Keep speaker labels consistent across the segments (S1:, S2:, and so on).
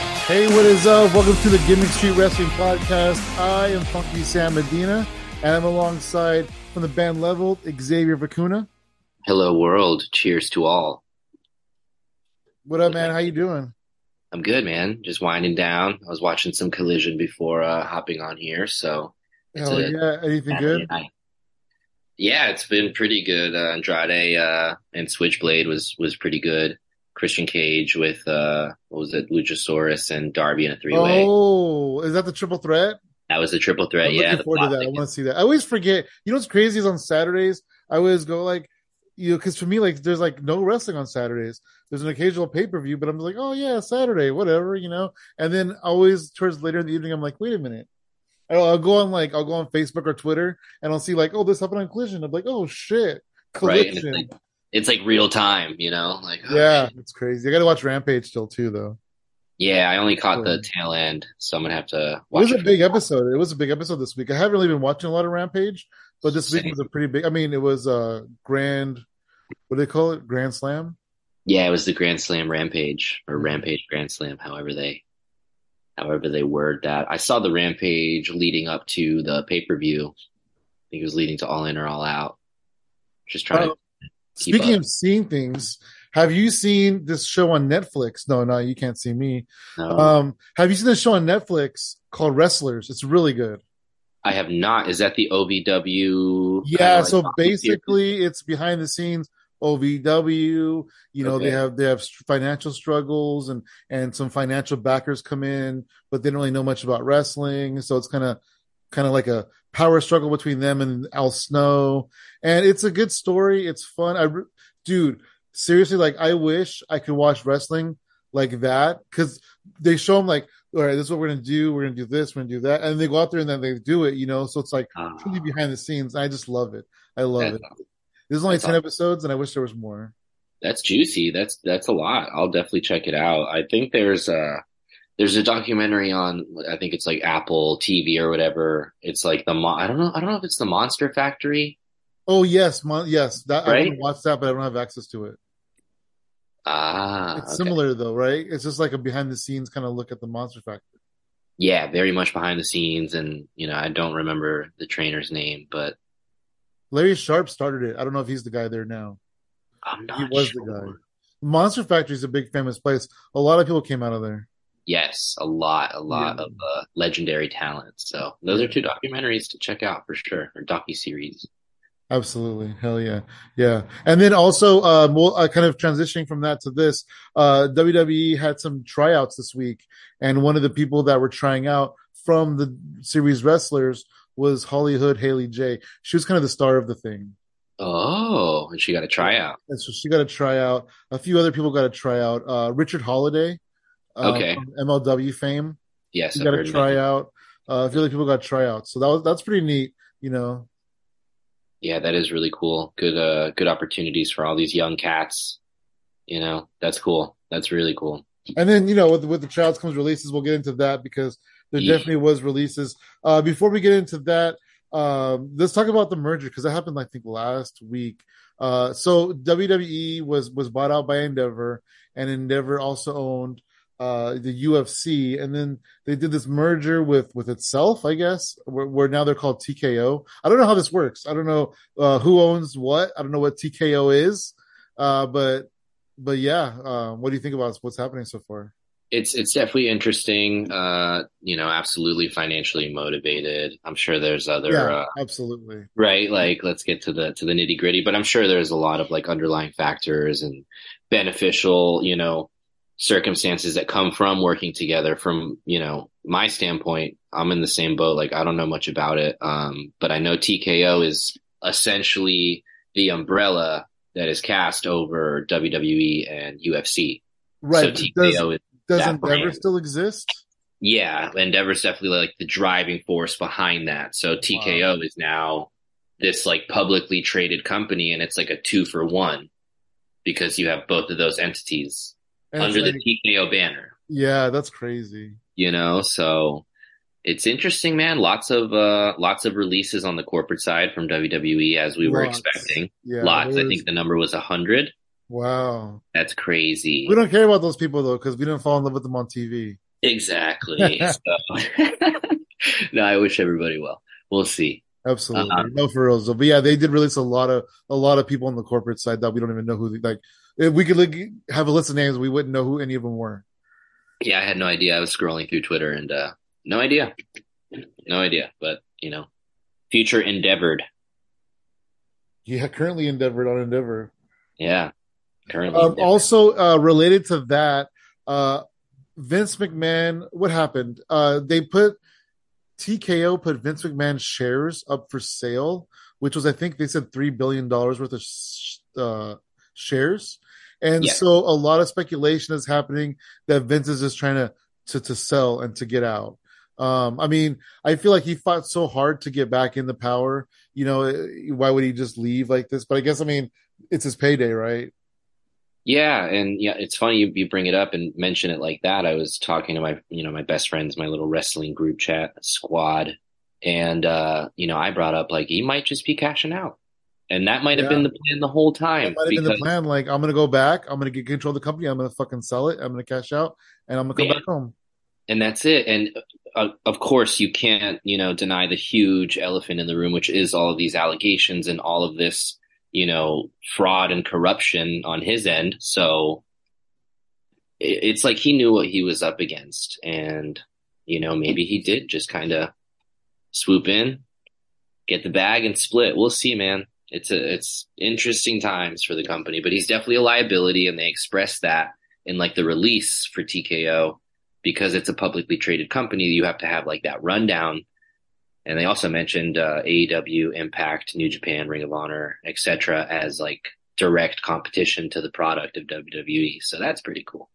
S1: what is up? Welcome to the Gimmick Street Wrestling Podcast. I am Funky Sam Medina, and I'm alongside from the band Leveled, Xavier Vacuna.
S2: Hello, world. Cheers to all.
S1: What up, man? How you doing?
S2: I'm good, man. Just winding down. I was watching some collision before uh, hopping on here, so it's
S1: Hell
S2: a-
S1: Oh, yeah! Anything good?
S2: night. Yeah, it's been pretty good. Uh, Andrade uh, and Switchblade was was pretty good. Christian Cage with uh, what was it, Luchasaurus and Darby in a three way.
S1: Oh, is that the triple threat?
S2: That was a triple threat.
S1: I'm
S2: yeah,
S1: looking
S2: the
S1: forward to that. I
S2: Block-
S1: want to see that. I always forget. You know what's crazy is on Saturdays I always go like, you know, because for me like there's like no wrestling on Saturdays. There's an occasional pay per view, but I'm like, oh yeah, Saturday, whatever, you know. And then always towards later in the evening, I'm like, wait a minute. I'll, I'll go on like I'll go on Facebook or Twitter and I'll see like, oh, this happened on Collision. I'm like, oh shit,
S2: Right, and it's
S1: Collision.
S2: like- It's like real time, you know. Like oh,
S1: yeah, it's crazy. I got to watch Rampage still too though.
S2: yeah. I only caught the tail end, so I'm gonna have to
S1: It was
S2: watch
S1: a big episode. It was a big episode this week. I haven't really been watching a lot of Rampage, but this week
S2: Same.
S1: was a pretty big. I mean, it was a grand. What do they call it? Grand Slam.
S2: Yeah, it was the Grand Slam Rampage
S1: Mm-hmm.
S2: or Rampage Grand Slam, however they however they word that. I saw the Rampage leading up to the pay per view. I think it was leading to All In or All Out. Just trying
S1: Oh,
S2: to keep
S1: Speaking
S2: up.
S1: of seeing things, have you seen this show on Netflix? No, no, you can't see me.
S2: No,
S1: Um, have you seen this show on Netflix called Wrestlers? It's really good.
S2: I have not. Is that the OVW?
S1: Yeah,
S2: kinda uh, like-
S1: so basically, it's behind the scenes OVW. You know,
S2: Okay.
S1: they have they have str- financial struggles and and some financial backers come in, but they don't really know much about wrestling. So it's kind of kind of like a power struggle between them and Al Snow. And it's a good story. It's fun. I, re- dude, seriously, like I wish I could watch wrestling like that because they show them like, all right, this is what we're gonna do. We're gonna do this. We're gonna do that, and they go out there and then they do it. You know, so it's like
S2: Ah,
S1: truly behind the scenes. I just love it. I love
S2: that's,
S1: it. There's only
S2: that's
S1: ten
S2: awesome.
S1: episodes, and I wish there was more.
S2: that's juicy. That's that's a lot. I'll definitely check it out. I think there's a there's a documentary on I think it's like Apple TV or whatever. It's like the Mon- I don't know I don't know if it's the Monster Factory.
S1: Oh yes, mon- yes. That I want
S2: Right?
S1: to watch that, but I don't have access to it.
S2: Ah,
S1: It's
S2: okay.
S1: similar though, right? It's just like a behind the scenes kind of look at the Monster Factory.
S2: Yeah, very much behind the scenes, and you know I don't remember the trainer's name, but
S1: Larry Sharp started it. I don't know if he's the guy there now.
S2: I'm not
S1: He was the
S2: sure.
S1: guy. Monster Factory is a big famous place. A lot of people came out of there.
S2: Yes, a lot, a lot
S1: Yeah.
S2: of uh, legendary talent. So those
S1: Yeah.
S2: are two documentaries to check out for sure, or docu series.
S1: Absolutely. Hell yeah. Yeah. And then also, uh, more, uh, kind of transitioning from that to this, uh, WWE had some tryouts this week. And one of the people that were trying out from the series wrestlers was Holly Hood Haley J. She was kind of the star of the thing.
S2: Oh, and she got a tryout.
S1: And so she got a tryout. A few other people got a tryout. Uh, Richard Holiday, uh,
S2: Okay.
S1: from MLW fame.
S2: Yes,
S1: He
S2: I've
S1: got
S2: heard
S1: a
S2: of
S1: tryout. Uh, a few other people got tryouts. So that was, that's pretty neat, you know.
S2: it. Yeah, that is really cool. Good, uh, good opportunities for all these young cats. You know, that's cool. That's really cool.
S1: And then you know with with the Childs comes releases, we'll get into that because there
S2: Yeah.
S1: definitely was releases. Uh, before we get into that, um, let's talk about the merger because that happened I think last week. Uh, so WWE was was bought out by Endeavor, and Endeavor also owned uh, the UFC, and then they did this merger with with itself, I guess, where, where now they're called TKO. I don't know how this works. I don't know uh, who owns what. I don't know what TKO is, uh, but but yeah, um, what do you think about what's happening so far?
S2: It's it's definitely interesting. Uh, you know, absolutely financially motivated. I'm sure there's other
S1: yeah,
S2: uh,
S1: absolutely.
S2: right like let's get to the to the nitty gritty but i'm sure there's a lot of like underlying factors and beneficial you know circumstances that come from working together from you know my standpoint i'm in the same boat like i don't know much about it um but i know tko is essentially the umbrella that is cast over wwe and ufc so
S1: Right.
S2: tko
S1: does
S2: is
S1: does
S2: that
S1: Endeavor
S2: brand.
S1: still exist?
S2: yeah, Endeavor's definitely like the driving force behind that. So TKO is now this like publicly traded company, and it's like a two for one because you have both of those entities
S1: And it's
S2: under
S1: like-
S2: the TKO banner.
S1: yeah, that's crazy.
S2: You know, so it's interesting, man. Lots of uh lots of releases on the corporate side from WWE as we were
S1: Lots.
S2: expecting.
S1: Yeah.
S2: Lots. I
S1: there's-
S2: think the number was a hundred.
S1: Wow.
S2: That's crazy.
S1: We don't care about those people though because we didn't fall in love with them on TV.
S2: Exactly. So- no, I wish everybody well. We'll see.
S1: Absolutely,
S2: Uh-huh.
S1: no for real. So, but yeah, they did release a lot of a lot of people on the corporate side that we don't even know who. They, like, if we could like, have a list of names, we wouldn't know who any of them were.
S2: Yeah, I had no idea. I was scrolling through Twitter and uh no idea. No idea. But you know. Future endeavored.
S1: Yeah, currently endeavored on Endeavor.
S2: Yeah. Currently.
S1: Um,
S2: endeavored.
S1: also uh, related to that, uh, Vince McMahon. What happened? Uh, they put TKO put Vince McMahon shares up for sale, which was I think they said three billion dollars worth of sh- uh, shares, and
S2: Yeah.
S1: so a lot of speculation is happening that Vince is just trying to to, to sell and to get out. Um, I mean, I feel like he fought so hard to get back in the power. You know, eh, why would he just leave like this? But I guess I mean, it's his payday, right?
S2: Yeah, and yeah, it's funny you, you bring it up and mention it like that. I was talking to my, you know, my best friends, my little wrestling group chat squad, and uh, you know, I brought up like he might just be cashing out, and that might have
S1: Yeah.
S2: been the plan the whole
S1: That
S2: time
S1: might have been the
S2: because
S1: plan. Like, I'm gonna go back. I'm gonna get control of the company. I'm gonna fucking sell it. I'm gonna cash out, and I'm gonna come
S2: Yeah.
S1: back home.
S2: and that's it. And uh, of course, you can't, you know, deny the huge elephant in the room, which is all of these allegations and all of this, you know, fraud and corruption on his end. So i- it's like he knew what he was up against, and you know, maybe he did just kind of swoop in, get the bag, and split. We'll see, man. It's a it's interesting times for the company, but he's definitely a liability, and they expressed that in like the release for TKO because it's a publicly traded company, you have to have like that rundown. And they also mentioned uh, AEW, Impact, New Japan, Ring of Honor, etc., as like direct competition to the product of WWE. So that's pretty cool.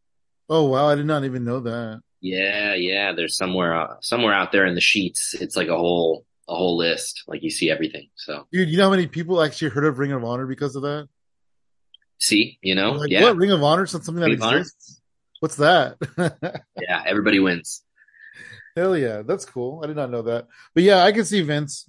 S1: Oh wow, I did not even know that.
S2: Yeah, yeah. There's somewhere uh, somewhere out there in the sheets. It's like a whole a whole list. Like you see everything. So
S1: Dude, you know how many people actually heard of Ring of Honor because of that?
S2: see, you know,
S1: Like,
S2: Oh, yeah,
S1: what Ring of Honor? It's not something that
S2: Ring of Honor?
S1: exists. What's that?
S2: yeah. Everybody wins.
S1: Hell yeah, that's cool. I did not know that. But yeah, I can see Vince,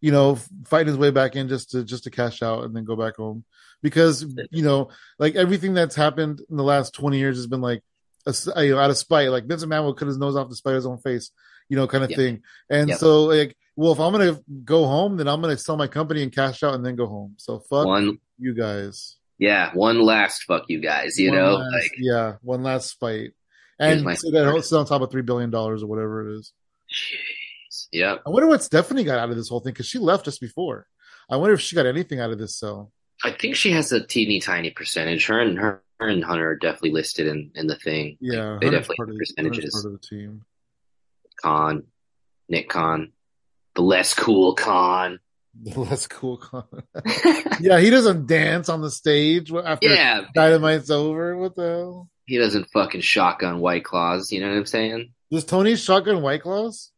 S1: you know, fighting his way back in just to just to cash out and then go back home because you know, like everything that's happened in the last twenty years has been like, a, s- you know, out of spite. Like Vince McMahon would cut his nose off to spite his own face, you know, kind of
S2: Yeah.
S1: thing. And
S2: Yeah.
S1: so like, well, if I'm gonna go home, then I'm gonna sell my company and cash out and then go home. So fuck
S2: One,
S1: you guys.
S2: yeah, one last fuck you guys. You
S1: One
S2: know,
S1: last-
S2: like
S1: yeah, one last fight,
S2: Here's
S1: and
S2: my
S1: so that
S2: card.
S1: sit on top of three billion dollars or whatever it is.
S2: yeah.
S1: I wonder what Stephanie got out of this whole thing because she left us before. I wonder if she got anything out of this cell.
S2: I think she has a teeny tiny percentage. Her and her, her and Hunter are definitely listed in, in the thing.
S1: Yeah,
S2: Like, they
S1: Hunter's
S2: definitely
S1: part of
S2: have
S1: the- Hunter's
S2: percentages.
S1: part of the team.
S2: Con, Nick Con, the less cool Con.
S1: The less cool. Con- yeah, he doesn't dance on the stage after
S2: yeah,
S1: Dynamite's over. What the hell?
S2: he doesn't fucking shotgun White Claws. You know what I'm saying?
S1: Does Tony shotgun White Claws?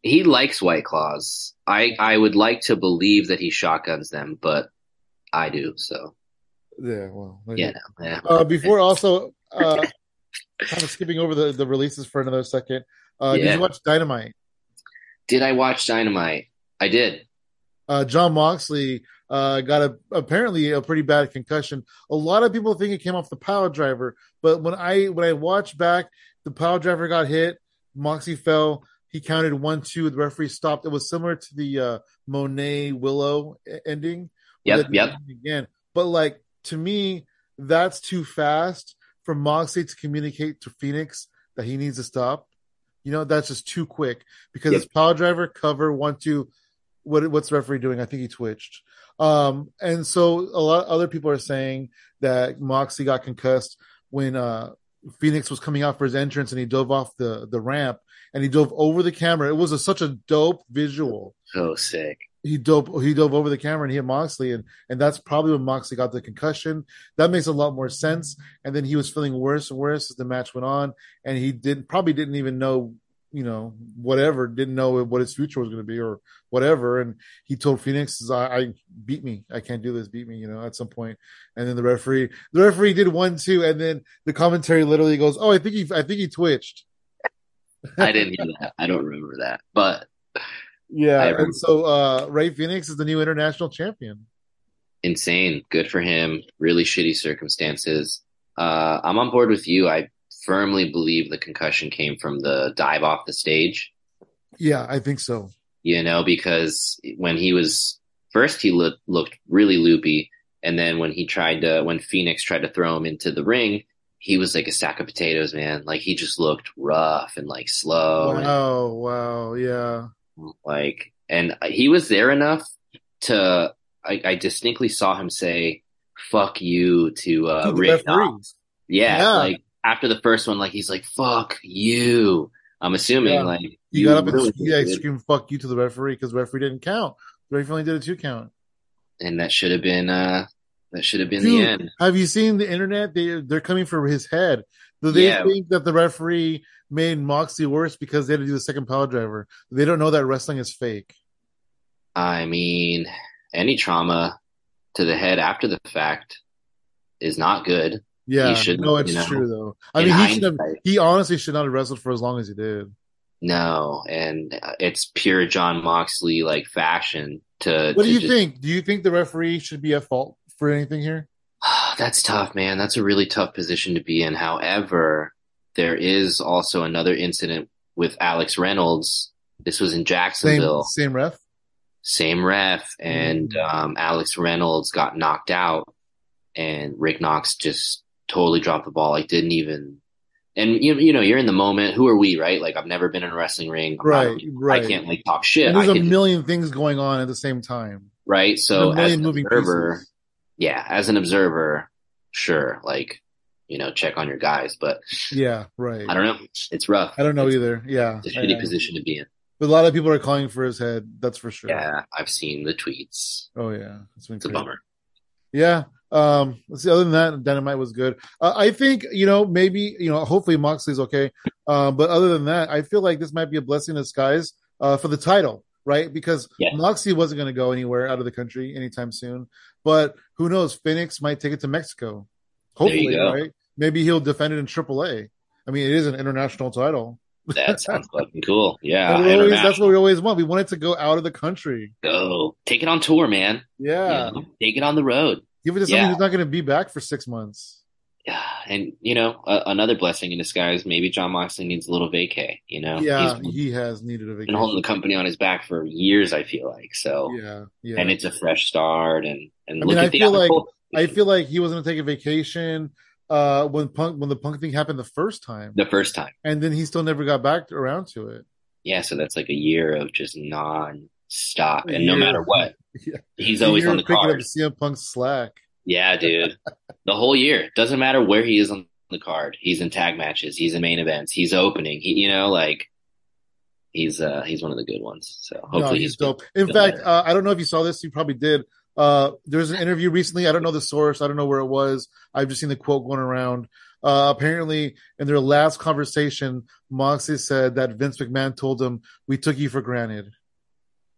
S2: He likes White Claws. I I would like to believe that he shotguns them, but I do. So
S1: Yeah, well, there you
S2: yeah, no, yeah.
S1: Uh, before also, uh, kind of skipping over the, the releases for another second. Uh, Did
S2: Yeah.
S1: you watch Dynamite?
S2: Did I watch Dynamite? I did.
S1: uh, John Moxley uh, got a apparently a pretty bad concussion. A lot of people think it came off the power driver, but when I when I watched back, the power driver got hit. Moxley fell. He counted one, two. The referee stopped. It was similar to the uh, Monet Willow e- ending. where
S2: Yep,
S1: they did
S2: yep.
S1: it Again, but like to me, that's too fast for Moxley to communicate to Phoenix that he needs to stop. You know, that's just too quick because
S2: Yep.
S1: it's power driver cover one, two, what what's the referee doing? I think he twitched. Um, and so a lot of other people are saying that Moxie got concussed when uh Phoenix was coming out for his entrance and he dove off the the ramp and he dove over the camera. It was a, such a dope visual.
S2: So Oh, sick.
S1: He dove he dove over the camera and hit Moxley and and that's probably when Moxley got the concussion. That makes a lot more sense. And then he was feeling worse and worse as the match went on and he didn't probably didn't even know you know whatever didn't know what his future was going to be or whatever and he told phoenix I, I beat me i can't do this beat me you know at some point and then the referee the referee did one two and then the commentary literally goes oh i think he i think he twitched
S2: I didn't hear that. I don't remember that, but I
S1: yeah
S2: remember.
S1: and so uh ray phoenix is the new international champion
S2: insane. Good for him. Really shitty circumstances. Uh, I'm on board with you. I firmly believe the concussion came from the dive off the stage.
S1: Yeah, I think so.
S2: You know, because when he was first, he looked looked really loopy, and then when he tried to, when Phoenix tried to throw him into the ring, he was like a sack of potatoes, man. Like he just looked rough and like slow.
S1: Wow, Oh, wow, yeah.
S2: And, like, and he was there enough to. I, I distinctly saw him say "fuck you" to uh,
S1: Dude, the
S2: Rick
S1: referee.
S2: Knox. Yeah,
S1: Yeah.
S2: like after the first one, like he's like "fuck you." I'm assuming
S1: Yeah.
S2: like
S1: He
S2: you
S1: got up and
S2: really
S1: yeah,
S2: did.
S1: screamed "fuck you" to the referee because referee didn't count. The referee only did a two count.
S2: and that should have been uh that should have been the
S1: Dude.
S2: end.
S1: Have you seen the internet? They they're coming for his head. Do they
S2: Yeah.
S1: think that the referee made Moxley worse because they had to do the second power driver? They don't know that wrestling is fake.
S2: I mean, any trauma to the head after the fact is not good.
S1: Yeah,
S2: You should-
S1: no, it's
S2: you know,
S1: true though. I
S2: in
S1: mean, he should have.
S2: hindsight,
S1: He honestly should not have wrestled for as long as he did.
S2: no, and uh, it's pure John Moxley like fashion to.
S1: What do
S2: to
S1: you
S2: just-
S1: think? Do you think the referee should be at fault for anything here?
S2: That's tough, man. That's a really tough position to be in. However, there is also another incident with Alex Reynolds. This was in
S1: Same
S2: Jacksonville.
S1: same Mm-hmm. ref.
S2: same ref, and um, Alex Reynolds got knocked out, and Rick Knox just totally dropped the ball. Like didn't even, and you you know you're in the moment. Who are we, right? Like I've never been in a wrestling ring. I'm not-
S1: Right, right.
S2: I can't like talk shit.
S1: And there's
S2: I
S1: a
S2: can,
S1: million things going on at the same time.
S2: right?
S1: a
S2: So as
S1: million
S2: an
S1: moving
S2: observer,
S1: pieces.
S2: yeah, as an observer, sure, like you know, check on your guys, but
S1: Yeah, right.
S2: I don't know. It's rough.
S1: I don't know
S2: It's-
S1: either. Yeah,
S2: It's a
S1: I-
S2: shitty
S1: I-
S2: position to be in.
S1: but a lot of people are calling for his head. That's for sure.
S2: Yeah, I've seen the tweets.
S1: Oh yeah, it's been
S2: It's a
S1: crazy.
S2: bummer.
S1: Yeah. Um. Let's see. Other than that, Dynamite was good. Uh, I think you know maybe you know hopefully Moxley's okay. Um. But other than that, I feel like this might be a blessing in disguise. Uh, for the title, right? Because
S2: Yeah.
S1: Moxley wasn't going to go anywhere out of the country anytime soon. But who knows? Phoenix might take it to Mexico.
S2: There you
S1: Hopefully,
S2: go.
S1: right? Maybe he'll defend it in AAA. I mean, it is an international title.
S2: That sounds fucking cool. Yeah,
S1: And we always- that's
S2: Uh, international.
S1: what we always want. We want it to go out of the country.
S2: go take it on tour man You
S1: Yeah.
S2: know, take it on the road
S1: Give it to somebody
S2: Yeah.
S1: who's not going to be back for six months.
S2: and you know a, another blessing in disguise maybe john moxley needs a little vacay you know
S1: yeah,
S2: he's
S1: he has needed a
S2: been
S1: vacation.
S2: holding the company on his back for years i feel like so
S1: Yeah, yeah.
S2: and it's a fresh start and and
S1: I
S2: look
S1: mean,
S2: at
S1: I
S2: the
S1: feel like-
S2: article.
S1: I feel like he was going to take a vacation uh, when punk when the punk thing happened the first time,
S2: the first time
S1: and then he still never got back around to it.
S2: yeah so that's like a year of just non-stop
S1: A
S2: and no
S1: year.
S2: matter what
S1: Yeah.
S2: he's always
S1: You're
S2: on the
S1: picking
S2: card
S1: up CM Punk's slack.
S2: Yeah, dude. the whole year. Doesn't matter where he is on the card. He's in tag matches. He's in main events. He's opening. He, you know, like he's uh he's one of the good ones. So hopefully
S1: no, he's,
S2: he's
S1: dope. In
S2: been
S1: fact,
S2: better.
S1: uh, I don't know if you saw this. You probably did. Uh, there was an interview recently. I don't know the source. I don't know where it was. I've just seen the quote going around. Uh, apparently, in their last conversation, Moxie said that Vince McMahon told him, "We took you for granted."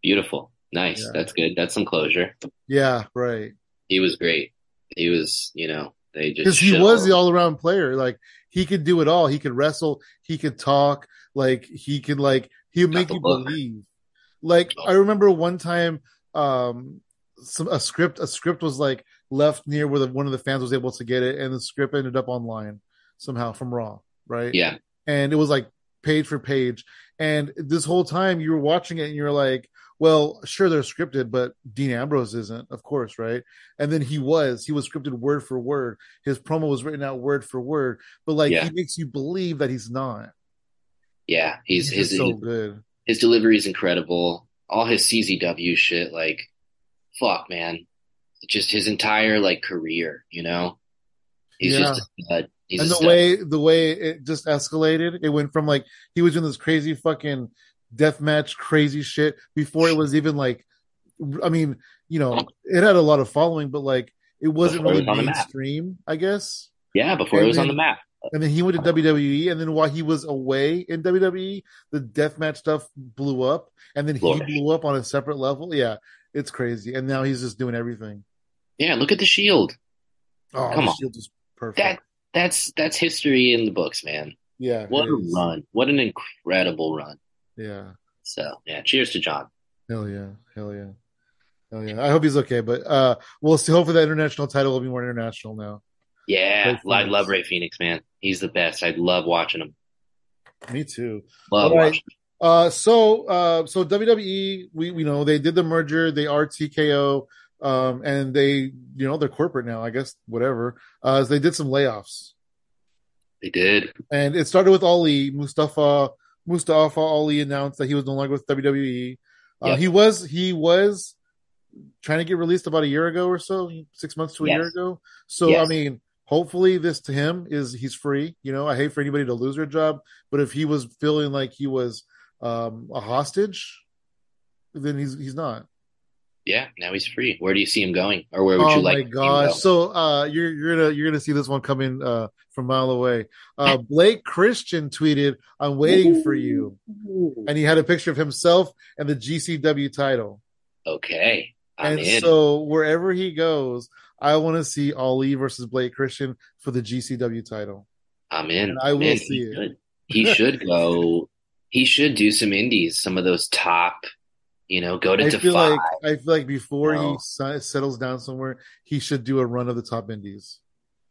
S2: beautiful. Nice.
S1: Yeah.
S2: That's good. That's some closure.
S1: Yeah, right.
S2: He was great. He was, you know, they just
S1: because he
S2: shit
S1: was
S2: all-
S1: the all-around player. Like he could do it all. He could wrestle. He could talk. Like he could like he would
S2: Got
S1: make
S2: the
S1: you
S2: look.
S1: believe. Like I remember one time, um, some a script a script was like left near where the, one of the fans was able to get it, and the script ended up online somehow from Raw, right?
S2: Yeah.
S1: and it was like page for page. And this whole time you were watching it and you're like, well, sure they're scripted, but Dean Ambrose isn't, of course, right? And then he was, he was scripted word for word. His promo was written out word for word, but like
S2: Yeah.
S1: he makes you believe that he's not.
S2: Yeah. He's his
S1: just so good.
S2: his delivery is incredible. All his CZW shit, like fuck man. Just his entire like career, you know? He's
S1: Yeah.
S2: just a stud. He's
S1: and
S2: a
S1: the
S2: stud.
S1: way the way it just escalated, it went from like he was doing this crazy fucking deathmatch crazy shit before it was even like, I mean, you know, it had a lot of following, but like it wasn't
S2: Before it
S1: really
S2: was on the map.
S1: mainstream, I guess.
S2: Yeah, before it was on
S1: And
S2: the map.
S1: And then he went to WWE, and then while he was away in WWE, the deathmatch stuff blew up, and then he
S2: Lord.
S1: blew up on a separate level. Yeah, it's crazy. And now he's just doing everything.
S2: Yeah, look at the Shield.
S1: Oh,
S2: Come
S1: the
S2: on.
S1: Shield is perfect.
S2: That that's that's history in the books, man.
S1: yeah,
S2: What
S1: it
S2: a
S1: is.
S2: run! What an incredible run!
S1: Yeah,
S2: So yeah, cheers to John.
S1: hell yeah, hell yeah, hell yeah. I hope he's okay, but uh, we'll see. Hopefully, the international title will be more international now.
S2: Yeah, I love Ray Phoenix, man. He's the best. I love watching him.
S1: Me too.
S2: Love
S1: All right.
S2: watching.
S1: Uh, so uh, so WWE, we we know they did the merger. They are TKO, um, and they you know they're corporate now. I guess whatever. Uh, they did some layoffs,
S2: They did.
S1: and it started with Ali Mustafa Mustafa Ali announced that he was no longer with WWE. Uh,
S2: Yeah.
S1: He was he was trying to get released about a year ago or so, six months to a year
S2: Yes.
S1: ago. So
S2: Yes.
S1: I mean, hopefully this to him is he's free. You know, I hate for anybody to lose their job, but if he was feeling like he was um, a hostage, then he's he's not.
S2: Yeah, now he's free. Where do you see him going, or where would
S1: oh
S2: you
S1: my
S2: like? to see him
S1: gosh!
S2: go?
S1: So uh, you're you're gonna you're gonna see this one coming uh, from a mile away. Uh, Blake Christian tweeted, "I'm waiting for you." and he had a picture of himself and the GCW title.
S2: Okay, I'm
S1: and
S2: in.
S1: so wherever he goes, I want to see Ali versus Blake Christian for the GCW title.
S2: I'm in.
S1: And I will
S2: Man,
S1: see
S2: he
S1: it.
S2: Should. He should go. He should do some indies, some of those top. You know, go to
S1: I feel
S2: Defy.
S1: like I feel like before he
S2: No.
S1: si- settles down somewhere, he should do a run of the top indies.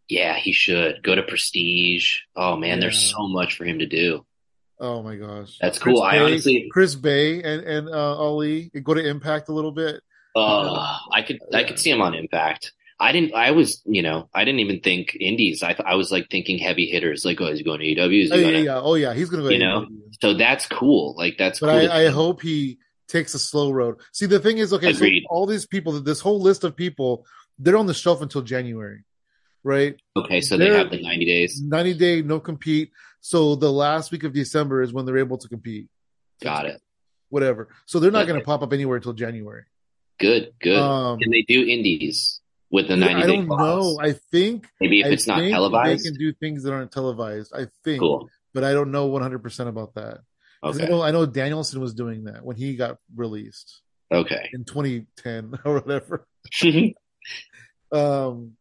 S2: yeah, he should go to Prestige. Oh man, there's
S1: Yeah.
S2: so much for him to do.
S1: Oh my gosh,
S2: That's
S1: Chris
S2: cool.
S1: Bay-
S2: I honestly,
S1: Chris Bay and and uh, Ali go to Impact a little bit.
S2: uh, I could, I
S1: Yeah.
S2: could see him on Impact. I didn't. I was, you know, I didn't even think indies. I, th- I was like thinking heavy hitters. Like, oh, is he going to AEW? Is
S1: Oh
S2: he
S1: yeah,
S2: going to?
S1: yeah, oh yeah, he's gonna go.
S2: You
S1: to
S2: know?
S1: AEW.
S2: So that's cool. Like that's
S1: but
S2: cool.
S1: I, I hope he takes a slow road. See, the thing is, okay,
S2: Agreed.
S1: so all these people, this whole list of people, they're on the shelf until January, right?
S2: okay, so they
S1: They're-
S2: have the 90 days.
S1: Ninety day no compete. So the last week of December is when they're able to compete.
S2: Got it.
S1: Whatever. So they're not
S2: Okay.
S1: going to pop up anywhere until January.
S2: Good, good.
S1: Um,
S2: Can they do indies with the 90
S1: I
S2: day
S1: don't
S2: clause?
S1: know. I think
S2: Maybe if
S1: I
S2: it's not
S1: think they
S2: televised.
S1: can do things that aren't televised. I think,
S2: Cool.
S1: but I don't know one hundred percent about that. 'Cause I
S2: Okay.
S1: know I know Danielson was doing that when he got released
S2: Okay.
S1: in 2010 or whatever.
S2: yeah,
S1: um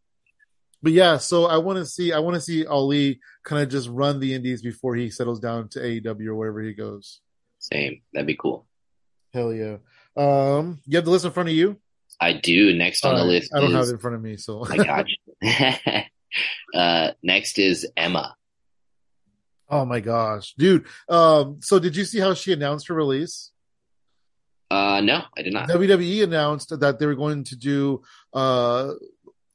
S1: but yeah so i want to see i want to see ali kind of just run the indies before he settles down to aew or wherever he goes
S2: same. That'd be cool.
S1: hell yeah um you have the list in front of you
S2: I do. Next on the
S1: Alright,
S2: list
S1: i don't have
S2: is
S1: it in front of me so
S2: I got you. uh, next is Emma.
S1: oh my gosh dude um so did you see how she announced her release
S2: Uh, no, I did not.
S1: wwe E announced that they were going to do uh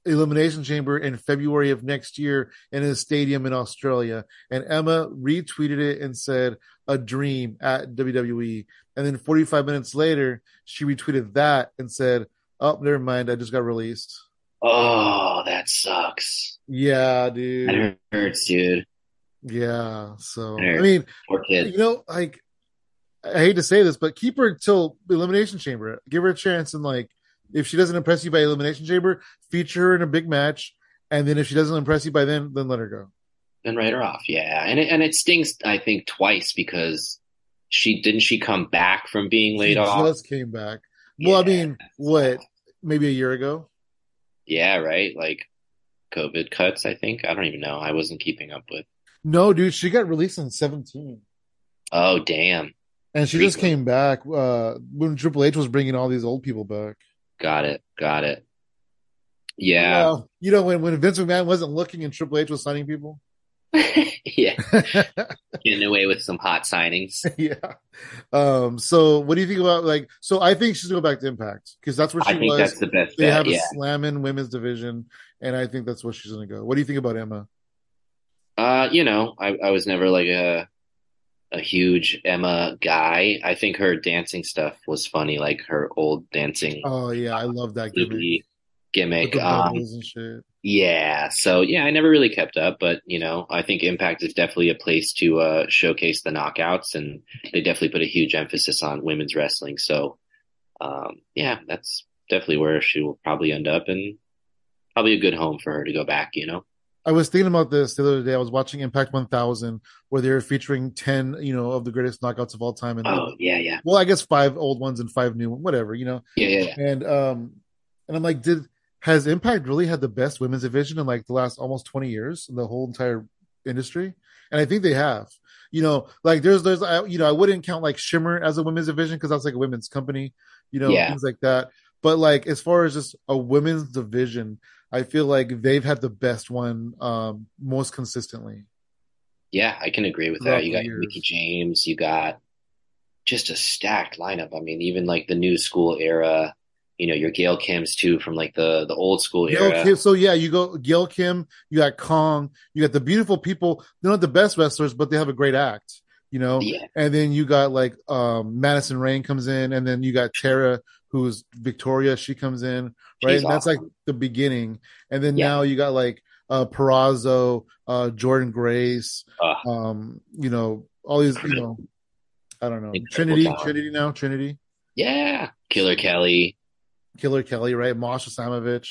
S1: elimination chamber in february of next year in a stadium in australia and Emma retweeted it and said a dream at WWE. And then 45 minutes later, she retweeted that and said, "Oh, never mind, I just got released."
S2: Oh, that sucks.
S1: Yeah, dude.
S2: That hurts, dude.
S1: Yeah. So
S2: There.
S1: I mean,
S2: Poor
S1: you
S2: kid.
S1: know, like I hate to say this, but keep her till elimination chamber. Give her a chance, and like if she doesn't impress you by elimination chamber, feature her in a big match. And then if she doesn't impress you by then, then let her go.
S2: Then write her off. Yeah, and it, and it stings. I think twice because she didn't. She come back from being
S1: she
S2: laid off.
S1: just came back. Well, I
S2: Yeah.
S1: mean, what? Maybe a year ago.
S2: Yeah, right. Like COVID cuts, I think. I don't even know. I wasn't keeping up with.
S1: No, dude, she got released in 17.
S2: Oh, damn.
S1: And she just came back uh, when Triple H was bringing all these old people back.
S2: Got it. Got it. Yeah.
S1: Well, you know, when, when Vince McMahon wasn't looking and Triple H was signing people.
S2: yeah. Getting away with some hot signings.
S1: yeah. Um, so what do you think about, like, so I think she's going to go back to Impact because that's where she
S2: I think
S1: was.
S2: that's the best
S1: they have
S2: bet.
S1: a
S2: Yeah.
S1: slamming women's division, and I think that's where she's going to go. What do you think about Emma?
S2: Uh, you know, I, I was never like a a huge Emma guy. I think her dancing stuff was funny, like her old dancing
S1: Oh, yeah. I love that gimmick.
S2: loopy gimmick.
S1: With the
S2: Um,
S1: bubbles and shit.
S2: Yeah, so yeah, I never really kept up, but you know, I think Impact is definitely a place to uh, showcase the knockouts, and they definitely put a huge emphasis on women's wrestling. So, um, yeah, that's definitely where she will probably end up, and probably a good home for her to go back. You know,
S1: I was thinking about this the other day. I was watching Impact 1000, where they were featuring 10, you know, of the greatest knockouts of all time. And
S2: oh yeah, yeah,
S1: well, I guess five old ones and five new, whatever, you know.
S2: yeah, yeah, yeah.
S1: And um, and I'm like, did has Impact really had the best women's division in like the last almost 20 years in the whole entire industry? And I think they have. You know, like there's there's I, you know I wouldn't count like Shimmer as a women's division because that's like a women's company, you know,
S2: Yeah.
S1: things like that. But like as far as just a women's division, I feel like they've had the best one um, most consistently.
S2: Yeah, I can agree with that. You got Mickey James, you got just a stacked lineup. I mean, even like the new school era, you know, your Gail Kims too from like the the old school
S1: Gail
S2: era.
S1: Kim, so yeah, you go Gail Kim, you got Kong, you got the beautiful people. They're not the best wrestlers, but they have a great act, you know.
S2: Yeah.
S1: And then you got like um, Madison Rain comes in, and then you got Tara, who's Victoria. She comes in, right?
S2: She's
S1: and that's like
S2: awesome.
S1: the beginning. And then
S2: Yeah.
S1: now you got like uh, Perazzo, uh, Jordan Grace,
S2: Ugh.
S1: um, you know, all these, you know, I don't know, Trinity,
S2: talent.
S1: Trinity now, Trinity,
S2: Yeah, Killer Kelly.
S1: Killer Kelly, right? Masha Samovich.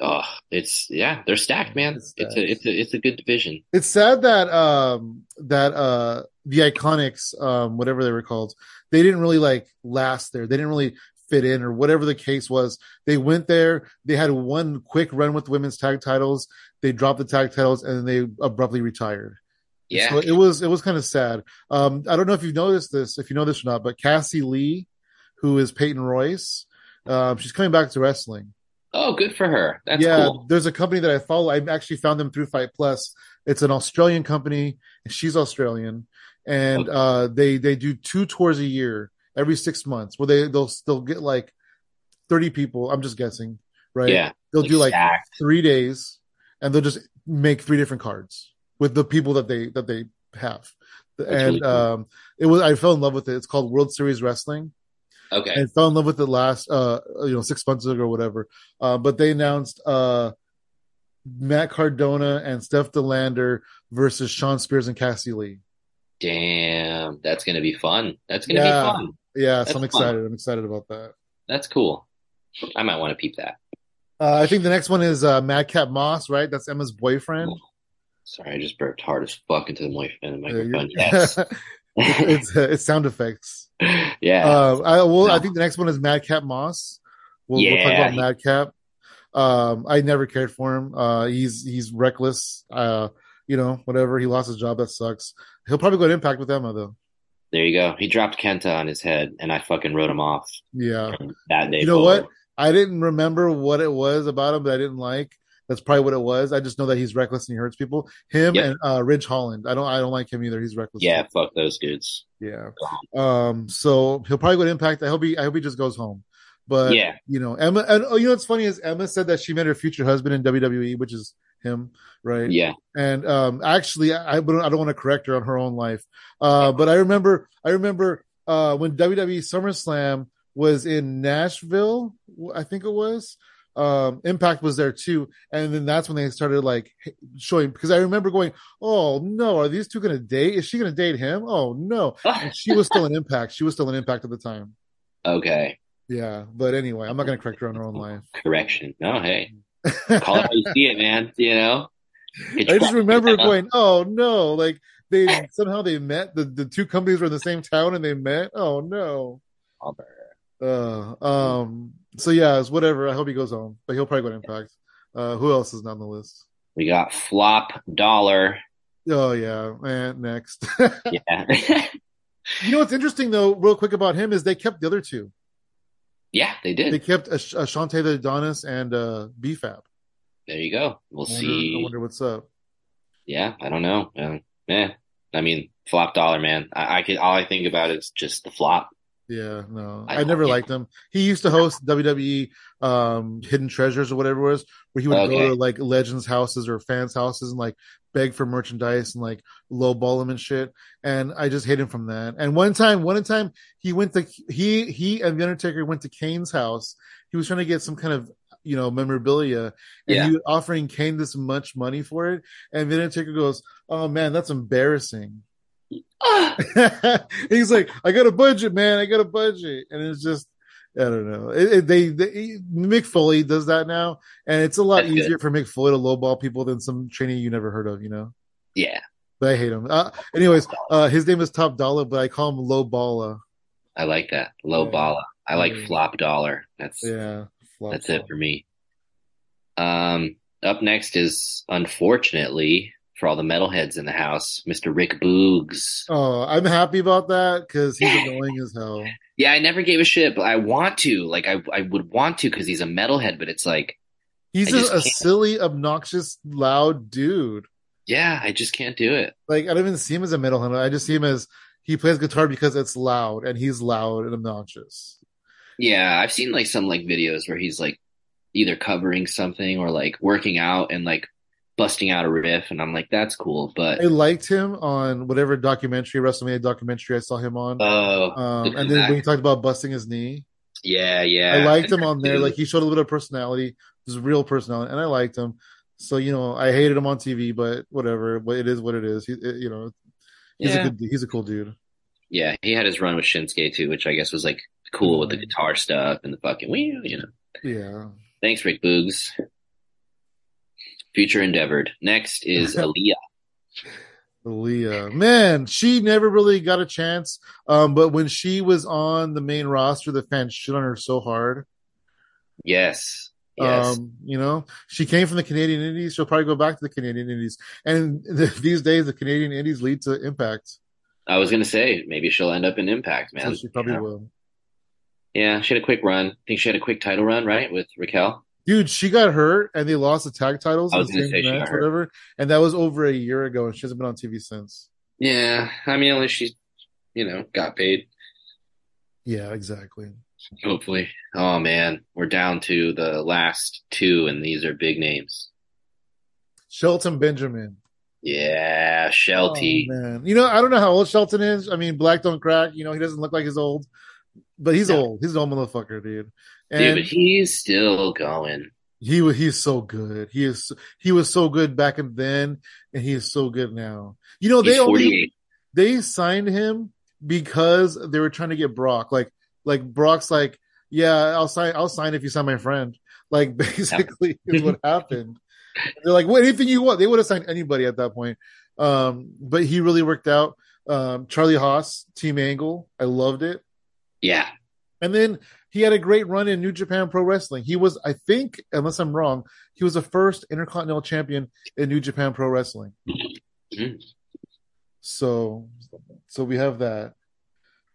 S2: Oh, it's yeah, they're stacked, man.
S1: It's
S2: It's,
S1: stacked.
S2: a it's a it's a good division.
S1: It's sad that um that uh the iconics um whatever they were called they didn't really like last there they didn't really fit in or whatever the case was they went there they had one quick run with women's tag titles they dropped the tag titles and then they abruptly retired
S2: Yeah,
S1: so it was it was kind of sad um I don't know if you've noticed this if you know this or not but Cassie Lee who is Peyton Royce um she's coming back to wrestling
S2: Oh, good for her. That's
S1: yeah,
S2: cool.
S1: there's a company that I follow. I actually found them through Fight Plus. It's an Australian company. She's Australian, and
S2: Okay.
S1: uh, they they do two tours a year, every six months, where they they'll still get like thirty people. I'm just guessing, right?
S2: Yeah,
S1: they'll do like
S2: stacked.
S1: three days, and they'll just make three different cards with the people that they that they have. and
S2: really cool.
S1: um, it was I fell in love with it. It's called World Series Wrestling
S2: Okay,
S1: and fell in love with it last uh you know six months ago or whatever uh, but they announced uh matt cardona and steph delander versus sean spears and cassie lee
S2: damn, that's gonna be fun. That's gonna
S1: Yeah.
S2: be fun.
S1: yeah
S2: That's
S1: so i'm
S2: fun.
S1: excited i'm excited about that
S2: That's cool. I might want to peep that.
S1: uh, i think the next one is uh madcap moss right that's emma's boyfriend
S2: Sorry, I just burped hard as fuck into the, mi- into the
S1: There you-
S2: microphone. Yes.
S1: it's uh, it's sound effects
S2: yeah.
S1: Um, I well, I
S2: No.
S1: think the next one is Madcap Moss. We'll, we'll
S2: Yeah.
S1: talk about Madcap. Um, I never cared for him. Uh, he's he's reckless. Uh, you know, whatever. He lost his job. That sucks. He'll probably go to Impact with Emma though.
S2: there you go. He dropped Kenta on his head, and I fucking wrote him off
S1: Yeah,
S2: from that day.
S1: You know
S2: forward.
S1: what? I didn't remember what it was about him that I didn't like. That's probably what it was. I just know that he's reckless and he hurts people. Him
S2: Yep.
S1: and uh, Ridge Holland. I don't. I don't like him either. He's reckless.
S2: Yeah, fuck those dudes.
S1: Yeah. Um. So he'll probably go to Impact. I hope he. I hope he just goes home. But
S2: yeah,
S1: you know, Emma, and oh, you know what's funny is Emma said that she met her future husband in WWE, which is him, right?
S2: yeah.
S1: And um, actually, I I don't, I don't want to correct her on her own life, uh, but I remember, I remember uh, when WWE SummerSlam was in Nashville, I think it was. Um, Impact was there too, and then that's when they started like showing because I remember going, "Oh no, are these two gonna date? Is she gonna date him? Oh no!" And she was still an Impact. She was still an Impact at the time.
S2: okay.
S1: Yeah, but anyway, I'm not gonna correct her on her own life.
S2: Correction. No, Oh, hey, call it how you see it, man. You know. Get
S1: I just
S2: your fucking
S1: remember
S2: head up.
S1: going, oh no, like they somehow they met. The the two companies were in the same town and they met. Oh no. Uh, um. So yeah, it's whatever. I hope he goes home, but he'll probably go to Impact. Uh, who else is not on the list?
S2: We got flop dollar.
S1: Oh yeah, man. Next.
S2: Yeah.
S1: you know what's interesting though, real quick about him is they kept the other two.
S2: yeah, they did.
S1: They kept Ash- Ashante the Adonis and uh, BFAB.
S2: there you go. We'll
S1: I wonder,
S2: see.
S1: I wonder what's up.
S2: yeah, I don't know. Uh, yeah. I mean, flop dollar, man. I, I could all I think about is just the flop.
S1: Yeah, no,
S2: I
S1: I, never
S2: don't-
S1: liked him. He used to host WWE um, Hidden Treasures or whatever it was, where he would
S2: Okay.
S1: go to like legends' houses or fans' houses and like beg for merchandise and like lowball him and shit. And I just hate him from that. And one time, one time he went to he he and the Undertaker went to Kane's house. He was trying to get some kind of you know memorabilia, and
S2: Yeah.
S1: he was offering Kane this much money for it. And the Undertaker goes, "Oh man, that's embarrassing." Ah! he's like, I got a budget, man. I got a budget, and it's just, I don't know. It, it- they, they Mick Foley does that now, and it's a lot
S2: That's good.
S1: easier for Mick Foley to lowball people than some trainee you never heard of, you know.
S2: yeah.
S1: But I hate him. Uh, anyways, uh, his name is Top Dollar, but I call him Low Balla.
S2: I like that. Low
S1: Yeah.
S2: bala. I like
S1: Yeah.
S2: flop dollar. That's
S1: Yeah, Flop
S2: that's it for me. Um up next is unfortunately for all the metalheads in the house, Mr. Rick Boogs.
S1: Oh, I'm happy about that because he's annoying as hell.
S2: Yeah, I never gave a shit, but I want to. Like I I would want to because he's a metalhead, but it's like
S1: He's
S2: I
S1: just
S2: just
S1: a
S2: can't.
S1: silly, obnoxious, loud dude.
S2: Yeah, I just can't do it.
S1: Like I don't even see him as a metal handler. I just see him as he plays guitar because it's loud and he's loud and obnoxious.
S2: Yeah, I've seen like some like videos where he's like either covering something or like working out and like busting out a riff, and I'm like, that's cool, but
S1: I liked him on whatever documentary, WrestleMania documentary I saw him on.
S2: oh,
S1: Um,
S2: the
S1: and then when he
S2: comeback.
S1: talked about busting his knee,
S2: yeah, yeah.
S1: I liked him on there.
S2: Dude.
S1: Like he showed a little bit of personality, his real personality, and I liked him. So you know, I hated him on TV, but whatever. But it is what it is. He, it- you know, he's
S2: Yeah.
S1: a good, he's a cool dude.
S2: Yeah, he had his run with Shinsuke too, which I guess was like cool with the
S1: Mhm.
S2: guitar stuff and the fucking wheel, you know.
S1: Yeah.
S2: Thanks, Rick Boogs. Future endeavored. Next is Aaliyah.
S1: Leah, man, she never really got a chance. Um, but when she was on the main roster, the fans shit on her so hard.
S2: Yes. Yes.
S1: Um, you know, she came from the Canadian Indies. She'll probably go back to the Canadian Indies. And these days, the Canadian Indies lead to Impact,
S2: I was gonna say maybe she'll end up in impact, man.
S1: so she probably
S2: yeah.
S1: will.
S2: Yeah, she had a quick run. I think she had a quick title run, right? With Raquel.
S1: Dude, she got hurt and they lost the tag titles
S2: I
S1: in
S2: was
S1: the
S2: gonna
S1: same
S2: say she got
S1: match,
S2: hurt.
S1: whatever. And that was over a year ago, and she hasn't been on TV since.
S2: Yeah. I mean unless she's you know, got paid,
S1: Yeah, exactly.
S2: hopefully. Oh man. We're down to the last two and these are big names.
S1: Shelton Benjamin.
S2: Yeah,
S1: Oh,
S2: Shelty.
S1: man. You know, I don't know how old Shelton is. I mean, black don't crack. You know, he doesn't look like he's old, but he's
S2: No.
S1: old. He's an old motherfucker, dude.
S2: Dude,
S1: And
S2: but he's still going.
S1: he was he's so good. He is he was so good back and then, and he is so good now. You know,
S2: He's
S1: Oh, they only
S2: 48.
S1: they signed him because they were trying to get Brock. Like like Brock's like, yeah, I'll sign I'll sign if you sign my friend. Like basically is what happened. They're like, what anything you want. They would have signed anybody at that point. Um, but he really worked out. Um, Charlie Haas, Team Angle. I loved it.
S2: Yeah.
S1: And then he had a great run in New Japan Pro Wrestling. He was, I think, unless I'm wrong, he was the first Intercontinental Champion in New Japan Pro Wrestling.
S2: Mm.
S1: So, so we have that.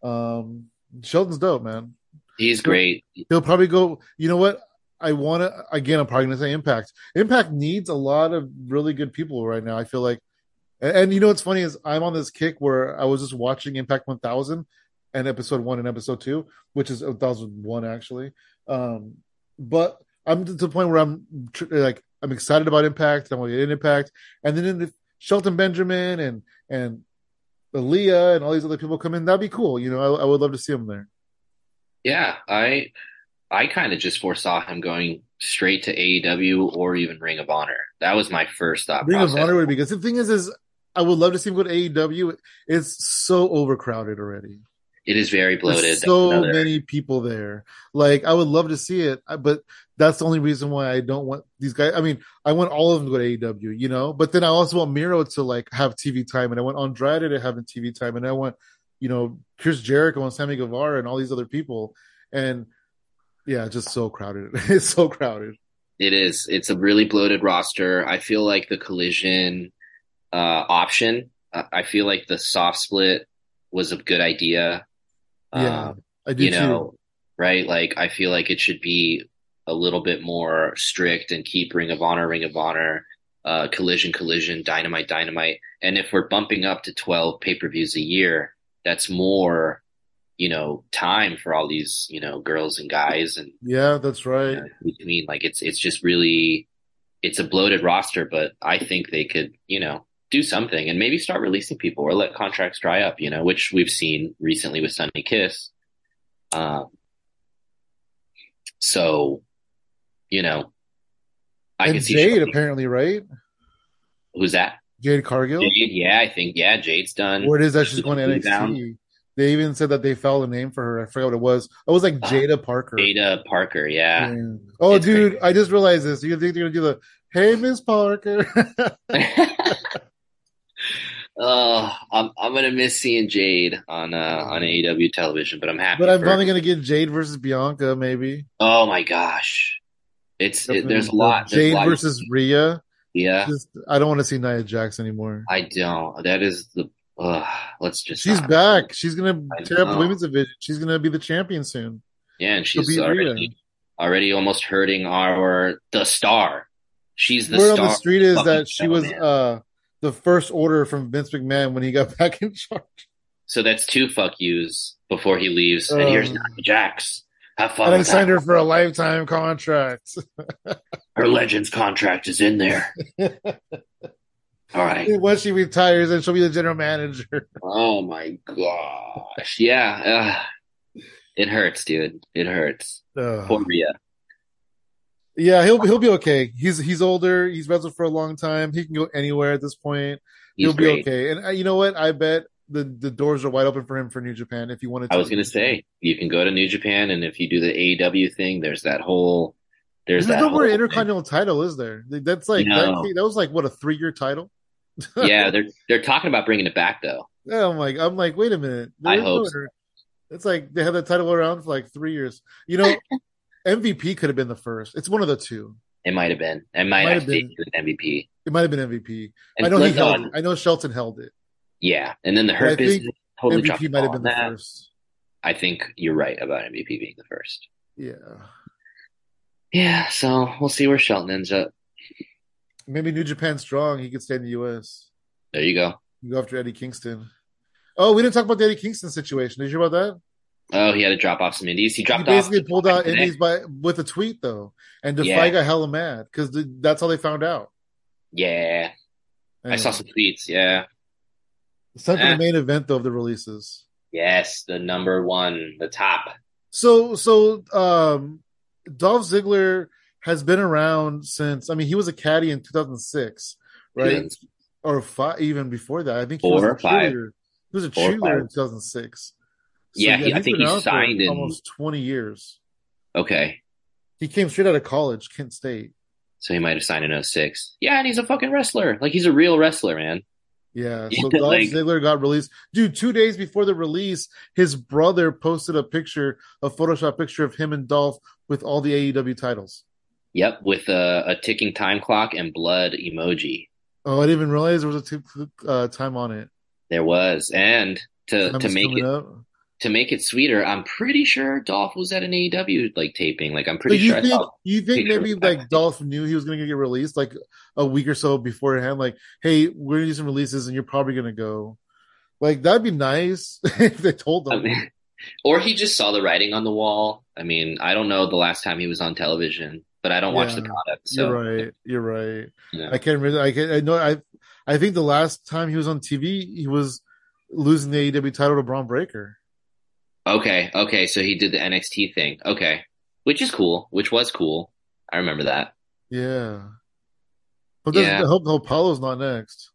S1: Um, Sheldon's dope, man.
S2: He's great.
S1: He'll probably go. You know what? I want to again. I'm probably going to say Impact. Impact needs a lot of really good people right now. I feel like, and, and you know what's funny is I'm on this kick where I was just watching Impact 1000 and episode one and episode two, which is 1001 actually. Um, but I'm to the point where I'm tr- like I'm excited about Impact. I'm going to get an Impact, and then in the Shelton Benjamin and and Aaliyah and all these other people come in. That'd be cool. You know, I, I would love to see them there.
S2: Yeah, I I kind of just foresaw him going straight to AEW or even Ring of Honor. That was my first thought
S1: Ring of
S2: process.
S1: Honor would be good. The thing is, is I would love to see him go to AEW. It's so overcrowded already.
S2: It is very bloated.
S1: There's
S2: That's
S1: so
S2: another-
S1: many people there. Like I would love to see it, I- but that's the only reason why I don't want these guys. I mean, I want all of them to go to AEW, you know. But then I also want Miro to like have TV time, and I want Andrade to have TV time, and I want you know Chris Jericho and Sammy Guevara and all these other people, and yeah, it's just so crowded. it's so crowded.
S2: It is. It's a really bloated roster. I feel like the collision uh, option. Uh, I feel like the soft split was a good idea.
S1: Yeah,
S2: Um,
S1: I do
S2: you
S1: too.
S2: know, right? Like I feel like it should be a little bit more strict and keep Ring of Honor, Ring of Honor, uh, Collision, Collision, Dynamite, Dynamite. And if we're bumping up to 12 pay-per-views a year, that's more, you know, time for all these, you know, girls and guys and
S1: yeah, that's
S2: you
S1: right.
S2: know, between. Like it's it's just really it's a bloated roster, but I think they could, you know, do something and maybe start releasing people or let contracts dry up, you know, which we've seen recently with Sunny Kiss. Um, so, you know, I
S1: and
S2: can see
S1: Jade
S2: Shelton-
S1: apparently, right?
S2: who's that?
S1: Jade Cargill.
S2: Jade, yeah, I think yeah, Jade's done.
S1: Where it is that she's going to
S2: She's
S1: NXT.
S2: down.
S1: They even said that they found a name for her. I forgot what it was. It was like
S2: Uh,
S1: Jada Parker.
S2: Jada Parker, yeah.
S1: Yeah. Oh,
S2: It's
S1: dude,
S2: crazy.
S1: I just realized this. You think they're gonna do the "Hey, Miss Parker"?
S2: Oh, I'm I'm gonna miss seeing Jade on uh on AEW television, but I'm happy.
S1: but I'm
S2: for
S1: probably
S2: her.
S1: gonna get Jade versus Bianca, maybe.
S2: Oh my gosh, it's it, there's a lot. There's a
S1: Jade
S2: lot.
S1: versus Rhea.
S2: yeah,
S1: Just, I don't want to see Nia Jax anymore.
S2: I don't. That is the. Uh, let's just.
S1: She's
S2: not-
S1: back. She's gonna
S2: I
S1: tear up the
S2: know.
S1: women's division. She's gonna be the champion soon.
S2: Yeah, and
S1: She'll
S2: she's
S1: beat Rhea.
S2: already already almost hurting our the star. She's the
S1: Word
S2: star.
S1: on the street is that she
S2: show,
S1: was
S2: man.
S1: uh, the first order from Vince McMahon when he got back in charge.
S2: So that's two fuck yous before he leaves. and here's
S1: Um,
S2: Nia Jax. Have fun.
S1: And I
S2: With
S1: signed
S2: that.
S1: her for a lifetime contract.
S2: Her Legends contract is in there. All right.
S1: Once she retires, then she'll be the general manager.
S2: Oh my gosh. Yeah. ugh. it hurts, dude. It hurts.
S1: Ugh.
S2: Poor Rhea.
S1: Oh. Yeah, he'll he'll be okay. He's he's older. He's wrestled for a long time. He can go anywhere at this point.
S2: He's
S1: he'll
S2: great.
S1: be okay. And uh, you know what? I bet the the doors are wide open for him for New Japan if he wanted. to.
S2: I was gonna say you can go to New Japan, and if you do the AEW thing, there's that whole there's
S1: there's
S2: that
S1: no more
S2: whole
S1: intercontinental title, is there? That's like
S2: No.
S1: that, that was like what a three year title.
S2: thing. yeah, they're they're talking about bringing it back though.
S1: Yeah, I'm like, I'm like, wait a minute.
S2: I
S1: There's
S2: hope
S1: no- It's like they had that title around for like three years. You know, MVP could have been the first. It's one of the two.
S2: It might have been. It might,
S1: Might
S2: have
S1: have
S2: been an MVP.
S1: It might have been MVP.
S2: And
S1: I know he
S2: Flint's
S1: held.
S2: on.
S1: It. I know Shelton held it.
S2: Yeah, and then the
S1: I think
S2: hurt business totally dropped the
S1: MVP might have
S2: ball
S1: been
S2: on
S1: the
S2: that.
S1: first.
S2: I think you're right about MVP being the first.
S1: Yeah,
S2: Yeah, so we'll see where Shelton ends up.
S1: maybe New Japan strong. He could stay in the U.S.
S2: There you go.
S1: You go after Eddie Kingston. Oh, we didn't talk about the Eddie Kingston situation. Did you hear about that?
S2: Oh, he had to drop off some indies. He
S1: he
S2: dropped off.
S1: basically pulled out
S2: today.
S1: indies by with a tweet though, and Defy
S2: Yeah.
S1: got hella mad because that's how they found out.
S2: Yeah, I saw some tweets. Yeah,
S1: It's time for
S2: Eh.
S1: the main event though of the releases.
S2: yes, the number one, the top.
S1: So so um Dolph Ziggler has been around since I mean he was a caddy in 2006, right?
S2: Yes.
S1: Or five even before that. I think he
S2: Four,
S1: was a
S2: five.
S1: cheerleader. He was a
S2: Four,
S1: cheerleader
S2: five.
S1: in 2006.
S2: Yeah, he- I
S1: he's
S2: think
S1: been
S2: he
S1: around for
S2: signed in-
S1: almost 20 years.
S2: Okay,
S1: He came straight out of college, Kent State.
S2: so he might have signed in 06. Yeah, and he's a fucking wrestler. Like he's a real wrestler, man.
S1: Yeah,
S2: Yeah,
S1: so Dolph
S2: like-
S1: Ziggler got released. Dude, two days before the release, his brother posted a picture, a Photoshop picture of him and Dolph with all the AEW titles.
S2: Yep, with a, a ticking time clock and blood emoji.
S1: Oh, I didn't even realize there was a two, uh, time on it.
S2: There was, and to
S1: Time
S2: to
S1: is
S2: make
S1: coming
S2: it
S1: up.
S2: to make it sweeter, I'm pretty sure Dolph was at an AEW like taping. Like I'm
S1: But
S2: pretty
S1: you
S2: sure I
S1: think
S2: saw-
S1: you think
S2: picture
S1: maybe
S2: of that.
S1: like Dolph knew he was going to get released like a week or so beforehand? Like, hey, we're going to do some releases, and you're probably going to go. Like that'd be nice if they told
S2: I
S1: them.
S2: mean, or he just saw the writing on the wall. I mean, I don't know the last time he was on television, but I don't watch the
S1: Yeah,
S2: product. So
S1: You're right. You're right.
S2: Yeah.
S1: I can't remember. I can. I know. I. I think the last time he was on TV, he was losing the AEW title to Braun Breaker.
S2: okay, okay, so he did the NXT thing. Okay, which is cool. Which was cool. I remember that.
S1: Yeah. But there's-
S2: Yeah.
S1: I hope, hope Apollo's not next.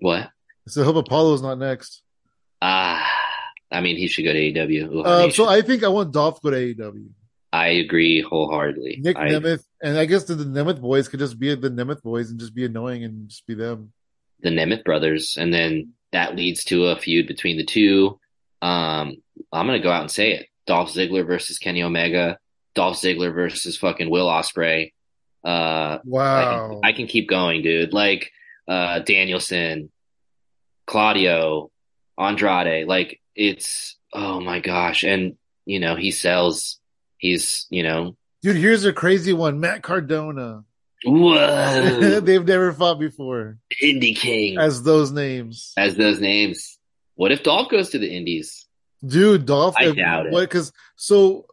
S2: What?
S1: So I hope Apollo's not next.
S2: Ah, I mean, he should go to E AEW. Ooh,
S1: Uh,
S2: honey,
S1: so
S2: should-
S1: I think I want Dolph to go to AEW.
S2: I, agree wholeheartedly.
S1: Nick
S2: I-
S1: Nemeth, and I guess the, the Nemeth boys could just be the Nemeth boys and just be annoying and just be them.
S2: the Nemeth brothers, and then that leads to a feud between the two. Um, I'm gonna go out and say it: Dolph Ziggler versus Kenny Omega, Dolph Ziggler versus fucking Will Osprey. Uh, I,
S1: Wow.
S2: can, I can keep going, dude. Like uh, Danielson, Claudio, Andrade. Like it's oh my gosh, and you know he sells. He's you know
S1: Dude, here's a crazy one. Matt Cardona.
S2: whoa
S1: They've never fought before
S2: Indie King
S1: as those names.
S2: as those names. What if Dolph goes to the Indies?
S1: Dude, Dolph.
S2: I doubt it.
S1: Because so,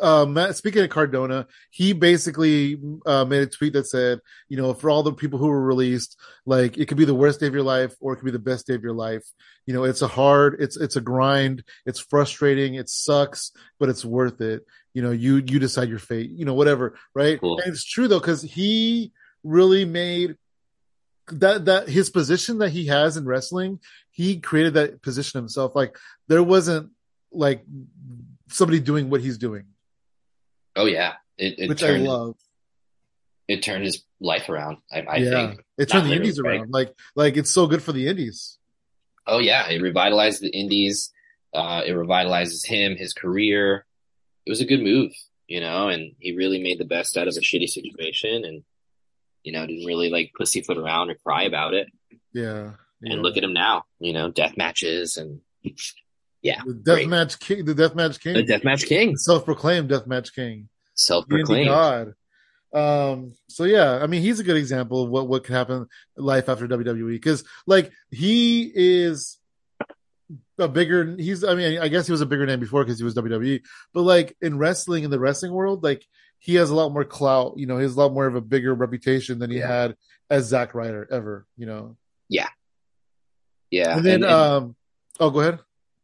S1: uh, Matt, speaking of Cardona, he basically uh, made a tweet that said, you know, for all the people who were released, like it could be the worst day of your life or it could be the best day of your life. You know, it's a hard, it's it's a grind, it's frustrating, it sucks, but it's worth it. You know, you you decide your fate. You know, whatever, right?
S2: Cool.
S1: And it's true though, because he really made that that his position that he has in wrestling, he created that position himself. Like there wasn't like somebody doing what he's doing,
S2: Oh yeah, it, it
S1: which
S2: turned
S1: I love.
S2: it turned his life around. I, I
S1: yeah,
S2: think.
S1: it turned the
S2: literally,
S1: indies
S2: right?
S1: around. Like like it's so good for the indies.
S2: Oh yeah, it revitalized the indies. Uh, it revitalizes him, his career. It was a good move, you know, and he really made the best out of a shitty situation, and you know didn't really like pussyfoot around or cry about it.
S1: Yeah, yeah.
S2: And look at him now, you know, death matches and
S1: the
S2: great.
S1: deathmatch king. The deathmatch
S2: the
S1: king.
S2: deathmatch king.
S1: Self-proclaimed deathmatch king.
S2: self-proclaimed
S1: god. Um, so yeah, I mean, he's a good example of what what can happen in life after WWE because like he is a bigger. He's I mean, I guess he was a bigger name before because he was WWE, but like in wrestling in the wrestling world, like he has a lot more clout. You know, he has a lot more of a bigger reputation than he
S2: Yeah.
S1: had as Zack Ryder ever. You know,
S2: yeah
S1: and then
S2: and- and-
S1: um, oh, go ahead.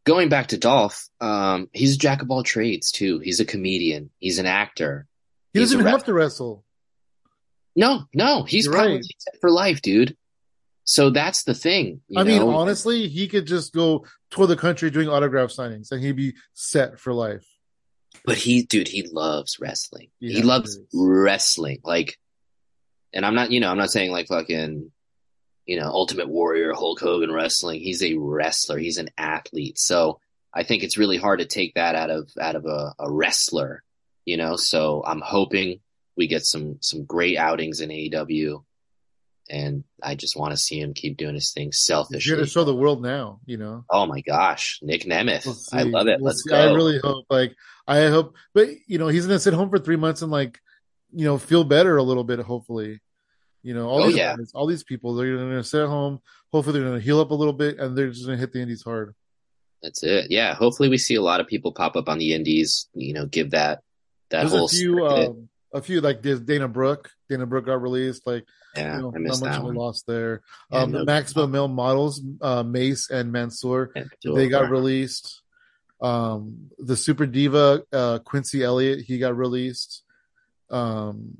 S2: going back to Dolph, um, he's a jack of all trades too. He's a comedian. He's an actor.
S1: He
S2: He's
S1: doesn't
S2: a
S1: even
S2: rep-
S1: have to wrestle.
S2: No, no, he's
S1: You're
S2: probably
S1: right.
S2: set for life, dude. So that's the thing. you
S1: I mean,
S2: know?
S1: honestly, he could just go tour the country doing autograph signings and he'd be set for life.
S2: but he, dude, he loves wrestling.
S1: Yeah,
S2: he loves
S1: he does.
S2: wrestling. Like, and I'm not, you know, I'm not saying like fucking, you know, Ultimate Warrior, Hulk Hogan wrestling. He's a wrestler. He's an athlete. So I think it's really hard to take that out of out of a, a wrestler, you know. So I'm hoping we get some some great outings in AEW, and I just want to see him keep doing his thing
S1: He's here
S2: selfishly.
S1: to show the world now, you know.
S2: Oh my gosh, Nick Nemeth.
S1: We'll
S2: I
S1: see.
S2: love it.
S1: We'll
S2: Let's
S1: see.
S2: go.
S1: I really hope. Like, I hope, but you know, he's gonna sit home for three months and like, you know, feel better a little bit. Hopefully, you know, all
S2: Oh,
S1: these
S2: yeah.
S1: guys, all these people, they're gonna sit at home. Hopefully, they're gonna heal up a little bit, and they're just gonna hit the indies hard.
S2: That's it. Yeah. Hopefully we see a lot of people pop up on the indies, you know, give that that
S1: There's
S2: whole
S1: a few,
S2: circuit.
S1: um, a few like there's Dana Brooke. Dana Brooke got released. Like,
S2: yeah,
S1: you know, not
S2: I missed
S1: much
S2: that
S1: of a
S2: one.
S1: loss there.
S2: Yeah,
S1: um,
S2: no-
S1: the Maximum Male models, uh, Mace and Mansoor,
S2: and
S1: they got
S2: Dora.
S1: released. Um, the super diva uh, Quincy Elliott, he got released. Um,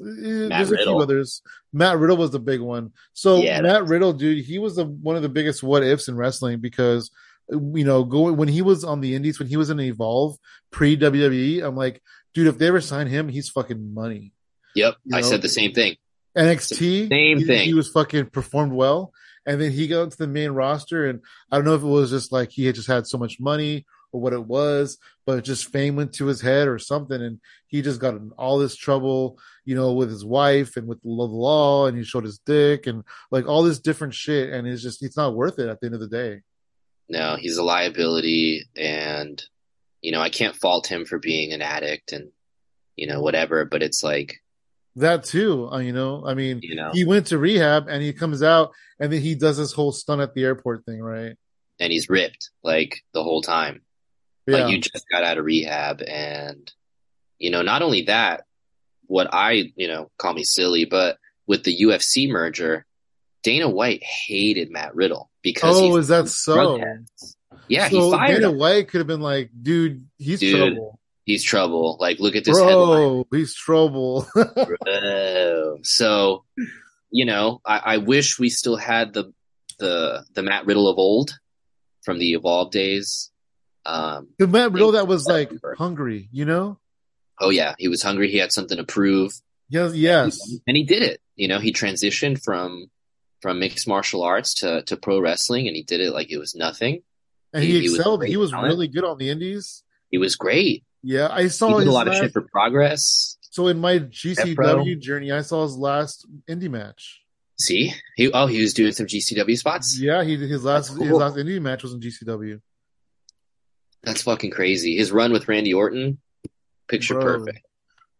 S1: eh, there's a few
S2: Riddle.
S1: others. Matt Riddle was the big one. So
S2: Yeah,
S1: Matt Riddle, dude, he was the one of the biggest what ifs in wrestling because you know going when he was on the Indies, when he was in Evolve pre WWE, I'm like, dude, if they ever sign him, he's fucking money.
S2: Yep.
S1: you
S2: I
S1: know?
S2: said the same thing.
S1: NXT,
S2: Same
S1: he,
S2: thing.
S1: He was fucking performed well, and then he got to the main roster, and I don't know if it was just like he had just had so much money or what it was, but just fame went to his head or something, and he just got in all this trouble, you know, with his wife and with the law, and he showed his dick and like all this different shit, and it's just it's not worth it at the end of the day.
S2: No, he's a liability and you know, I can't fault him for being an addict and you know, whatever, but it's like,
S1: That too, uh, you know, I mean,
S2: you know,
S1: he went to rehab and he comes out, and then he does this whole stunt at the airport thing, right?
S2: and he's ripped like the whole time. Like you just got out of rehab and you know, not only that, what I, you know, call me silly, but with the UFC merger, Dana White hated Matt Riddle because
S1: Oh,
S2: he-
S1: is that so?
S2: drug addicts. Yeah,
S1: so
S2: he fired
S1: Dana
S2: him.
S1: White could have been like, dude, he's
S2: Dude,
S1: trouble.
S2: He's trouble. Like look at this headline.
S1: Bro, he's trouble.
S2: Bro. So, you know, I, I wish we still had the the the Matt Riddle of old from the Evolve days. Um
S1: the Matt Riddle that was like
S2: September.
S1: hungry, you know?
S2: oh yeah, he was hungry, he had something to prove.
S1: Yes, yes.
S2: and he did it. You know, he transitioned from from mixed martial arts to to pro wrestling, and he did it like it was nothing.
S1: And he,
S2: He- he was
S1: excelled.
S2: great
S1: he was
S2: talent.
S1: really good on the indies.
S2: He was great.
S1: Yeah, I
S2: He
S1: saw
S2: did
S1: his
S2: a lot of
S1: last,
S2: shit for progress.
S1: so in my
S2: Pro.
S1: GCW journey, I saw his last indie match.
S2: See, he oh he was doing some GCW spots.
S1: Yeah, he his last his
S2: cool.
S1: last indie match was in GCW.
S2: That's fucking crazy. His run with Randy Orton, picture
S1: Bro.
S2: perfect.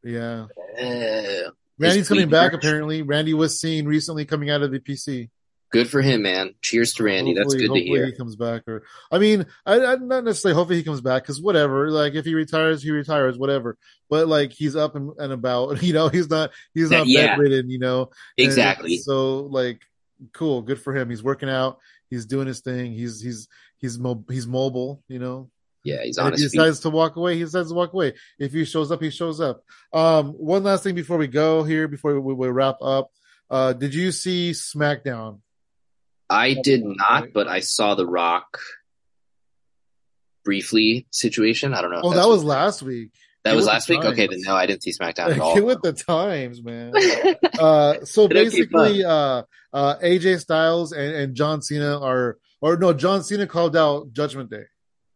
S1: Yeah.
S2: Yeah.
S1: Randy's coming
S2: tweet
S1: back
S2: merch.
S1: apparently. Randy was seen recently coming out of the PC.
S2: Good for him, man. Cheers to Randy. That's
S1: Hopefully-
S2: good to
S1: hopefully
S2: hear.
S1: He comes back, or I mean, I, I not necessarily. Hopefully, he comes back because whatever. Like, if he retires, he retires. Whatever. But like, he's up and, and about. You know, he's not he's
S2: That-
S1: not
S2: yeah.
S1: bedridden. You know, And
S2: Exactly.
S1: it's So like, cool, good for him. He's working out. He's doing his thing. He's he's he's mo- he's mobile. You know,
S2: Yeah, he's
S1: and if he
S2: honest.
S1: decides to walk away, he decides to walk away. If he shows up, he shows up. Um, one last thing before we go here, before we, we wrap up. Uh, did you see SmackDown?
S2: I did not, but I saw The Rock briefly situation. I don't know. if
S1: Oh,
S2: Uh, that's
S1: that
S2: what-
S1: was last week.
S2: That
S1: Get
S2: was
S1: with
S2: last
S1: the
S2: week. Okay,
S1: times.
S2: then no, I didn't see SmackDown at all.
S1: Get with the times, man. Uh, so
S2: It'll keep
S1: basically, uh, uh, AJ Styles and, and John Cena are, or no, John Cena called out Judgment Day,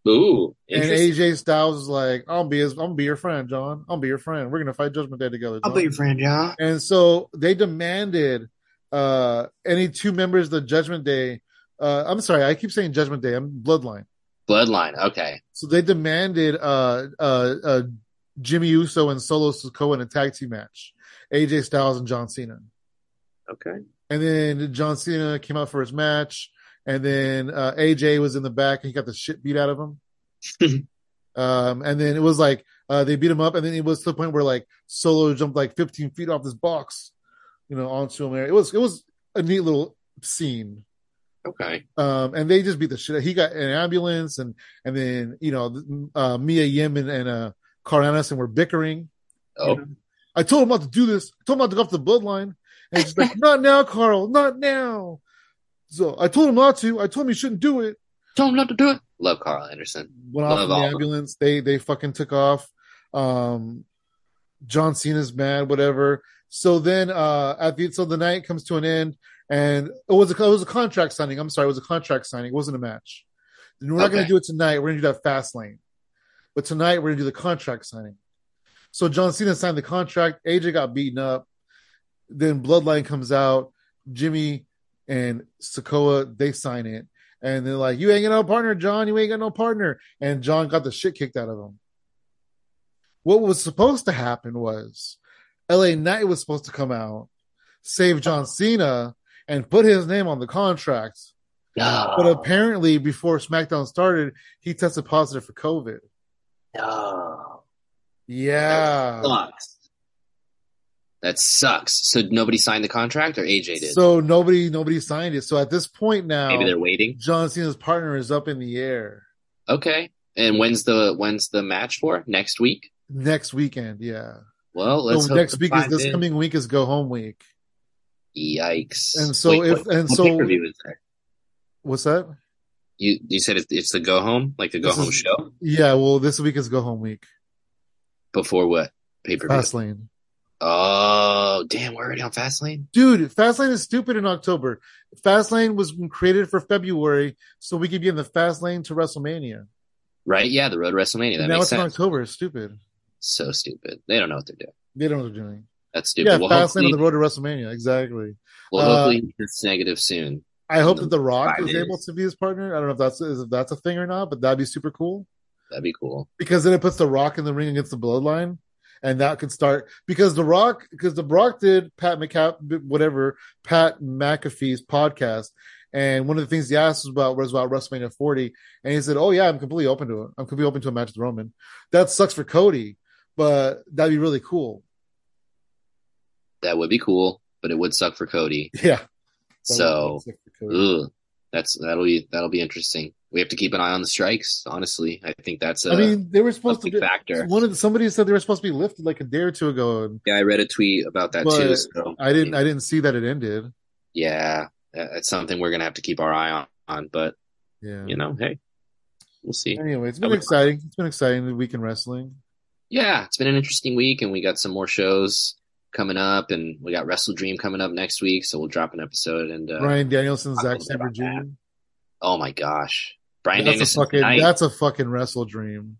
S2: Ooh,
S1: and
S2: interesting.
S1: AJ Styles was like, "I'll be his, I'm gonna be your friend, John. I'll be your friend. We're gonna fight Judgment Day together."
S2: I'll
S1: John."
S2: be your friend, yeah.
S1: And so they demanded uh, any two members of the Judgment Day. Uh, I'm sorry, I keep saying Judgment Day. I'm Bloodline.
S2: Bloodline. Okay,
S1: So they demanded uh, uh, uh, Jimmy Uso and Solo Sikoa in a tag team match, AJ Styles and John Cena.
S2: Okay.
S1: And then John Cena came out for his match, and then uh, AJ was in the back and he got the shit beat out of him. um, and then it was like uh, they beat him up, and then it was to the point where like Solo jumped like 15 feet off this box, you know, onto him. It was it was a neat little scene.
S2: Okay.
S1: Um, and they just beat the shit. He got an ambulance, and and then you know uh, Mia Yim and, and uh, Carl Anderson were bickering.
S2: Oh.
S1: I told him not to do this. I told him not to go off the bloodline. And she's like, not now, Carl, not now. So I told him not to. I told him he shouldn't do it.
S2: Told him not to do it. Love Carl Anderson.
S1: Went off
S2: Love
S1: in the
S2: all of them.
S1: ambulance. They they fucking took off. Um, John Cena's mad, whatever. So then uh, at the so the night comes to an end, and it was a it was a contract signing. I'm sorry, it was a contract signing. It wasn't a match. And we're not going
S2: Okay.
S1: to do it tonight. We're going to do that fast lane. But tonight we're going to do the contract signing. So John Cena signed the contract. AJ got beaten up. Then Bloodline comes out. Jimmy and Sokoa they sign it, and they're like, "You ain't got no partner, John. You ain't got no partner." And John got the shit kicked out of him. What was supposed to happen was LA Knight was supposed to come out, save
S2: Uh-huh.
S1: John Cena, and put his name on the contract.
S2: No.
S1: But apparently, before SmackDown started, he tested positive for COVID.
S2: no.
S1: Yeah.
S2: Sucks. That sucks. So nobody signed the contract, or AJ did.
S1: So nobody nobody signed it. So at this point now,
S2: Maybe they're waiting.
S1: John Cena's partner is up in the air
S2: Okay. And when's the when's the match for next week?
S1: next weekend. Yeah.
S2: Well, let's
S1: So
S2: hope
S1: next
S2: the
S1: week is
S2: five
S1: this
S2: in.
S1: coming week is go home week.
S2: Yikes!
S1: And so if- and
S2: what
S1: so-
S2: pay-per-view is that?
S1: What's that?
S2: You you said it's, it's the go home, like the go
S1: This
S2: home
S1: is-
S2: show
S1: Yeah. Well, this week is go home week.
S2: before what pay per view?
S1: Fastlane.
S2: Oh damn, we're already on Fastlane.
S1: Dude, Fastlane is stupid in October. Fastlane was created for February so we could be in the fast lane to WrestleMania.
S2: Right? Yeah, the road to WrestleMania. That
S1: now
S2: makes
S1: it's in
S2: sense.
S1: October. It's stupid.
S2: So stupid. They don't know what they're doing.
S1: They don't know what they're doing.
S2: That's stupid.
S1: Yeah,
S2: well,
S1: Fastlane
S2: hopefully,
S1: on the road to WrestleMania. Exactly.
S2: well,
S1: uh,
S2: hopefully it's negative soon.
S1: I hope
S2: the
S1: that The Rock
S2: five
S1: is able
S2: minutes.
S1: to be his partner. I don't know if that's if that's a thing or not, but that'd be super cool
S2: That'd be cool.
S1: because then it puts The Rock in the ring against the Bloodline, and that could start because The Rock because The Rock did Pat McCap whatever Pat McAfee's podcast, and one of the things he asked was about was about WrestleMania 40, and he said, "Oh yeah, I'm completely open to it. I'm completely open to a match with Roman. That sucks for Cody, but that'd be really cool.
S2: That would be cool, but it would suck for Cody.
S1: Yeah, that would
S2: So,
S1: suck for Cody.
S2: ugh, that's that'll be that'll be interesting. We have to keep an eye on the strikes. Honestly, I think that's a
S1: I mean, they were
S2: a
S1: supposed to
S2: big
S1: be
S2: factor.
S1: one of the, somebody said they were supposed to be lifted like a day or two ago, and
S2: Yeah, I read a tweet about that
S1: But
S2: too. So
S1: I didn't I didn't see that it ended.
S2: yeah, that- that's something we're gonna have to keep our eye on. on but
S1: Yeah.
S2: you know, hey, we'll see.
S1: Anyway, it's
S2: That
S1: been
S2: was-
S1: exciting. It's been exciting the week in wrestling.
S2: Yeah, it's been an interesting week, and we got some more shows coming up, and we got Wrestle Dream coming up next week, so we'll drop an episode. And uh,
S1: Ryan Danielson,
S2: I'll
S1: Zack
S2: talk
S1: Sabre
S2: about
S1: Jr.
S2: that. oh my gosh, Brian
S1: that's
S2: Danielson
S1: a fucking
S2: tonight.
S1: that's a fucking wrestle dream.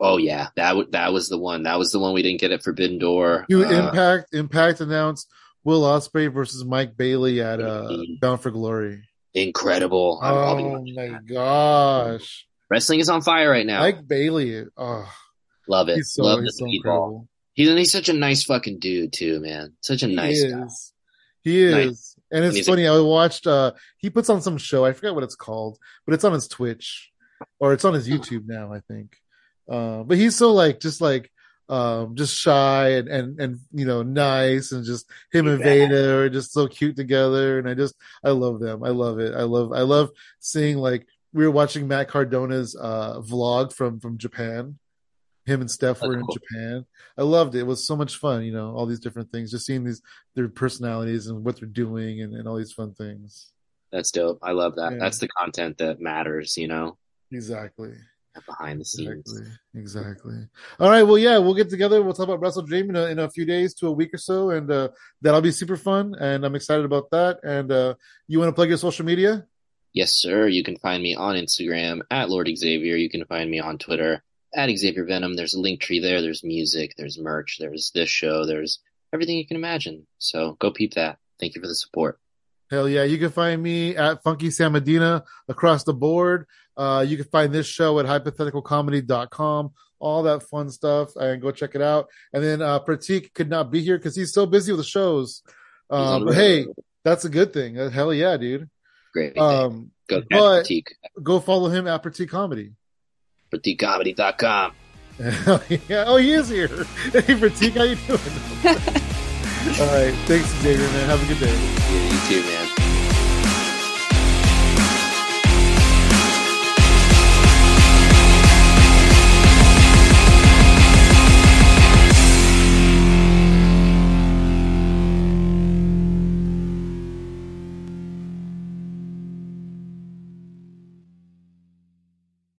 S2: Oh yeah, that w- that was the one. That was the one we didn't get at Forbidden Door.
S1: Dude,
S2: Uh,
S1: Impact Impact announced Will Ospreay versus Mike Bailey at uh,
S2: Mhm.
S1: Bound for Glory.
S2: incredible. I'm- I'll be
S1: Oh
S2: watching
S1: my
S2: that.
S1: gosh,
S2: Wrestling is on fire right now.
S1: Mike Bailey! Oh,
S2: Love it.
S1: he's so
S2: Love
S1: he's so
S2: the people.
S1: incredible.
S2: He's and he's such a nice fucking dude too, man. Such a nice
S1: he
S2: guy.
S1: is. He is.
S2: Nice.
S1: And it's
S2: And he's a-
S1: funny. I watched. uh He puts on some show. I forget what it's called, but it's on his Twitch or it's on his
S2: Hmm.
S1: YouTube now. I think. Uh, but he's so like just like um just shy and and and you know nice and just him and
S2: Yeah.
S1: Veda are just so cute together and I just I love them I love it I love I love seeing like we were watching Matt Cardona's uh vlog from from Japan him and Steph
S2: That's
S1: were in
S2: cool.
S1: Japan I loved it it was so much fun you know all these different things just seeing these their personalities and what they're doing and, and all these fun things
S2: That's dope. I love that.
S1: Yeah.
S2: That's the content that matters, you know,
S1: exactly
S2: behind the scenes.
S1: Exactly. Exactly. All right. Well, yeah, we'll get together. We'll talk about Wrestle Dream in a, in a few days to a week or so, and uh, that'll be super fun. And I'm excited about that. And uh, you want to plug your social media?
S2: Yes, sir. You can find me on Instagram at Lord Xavier. You can find me on Twitter at Xavier Venom. There's a link tree there. There's music. There's merch. There's this show. There's everything you can imagine. So go peep that. Thank you for the support.
S1: Hell yeah! You can find me at Funky Sam Medina across the board. Uh, you can find this show at hypotheticalcomedy.com. all that fun stuff. And go check it out. And then uh, Pratik could not be here because he's so busy with the shows. Um, but hey, that's a good thing. Uh, Hell yeah, dude.
S2: Great.
S1: Um,
S2: Go catch
S1: but-
S2: Pratik.
S1: go follow him at Pratik Comedy.
S2: PratikComedy.com.
S1: yeah. Oh, he is here. Hey, Pratik, how you doing? all right. Thanks, Xavier, man. Have a good day.
S2: Yeah, you too, man.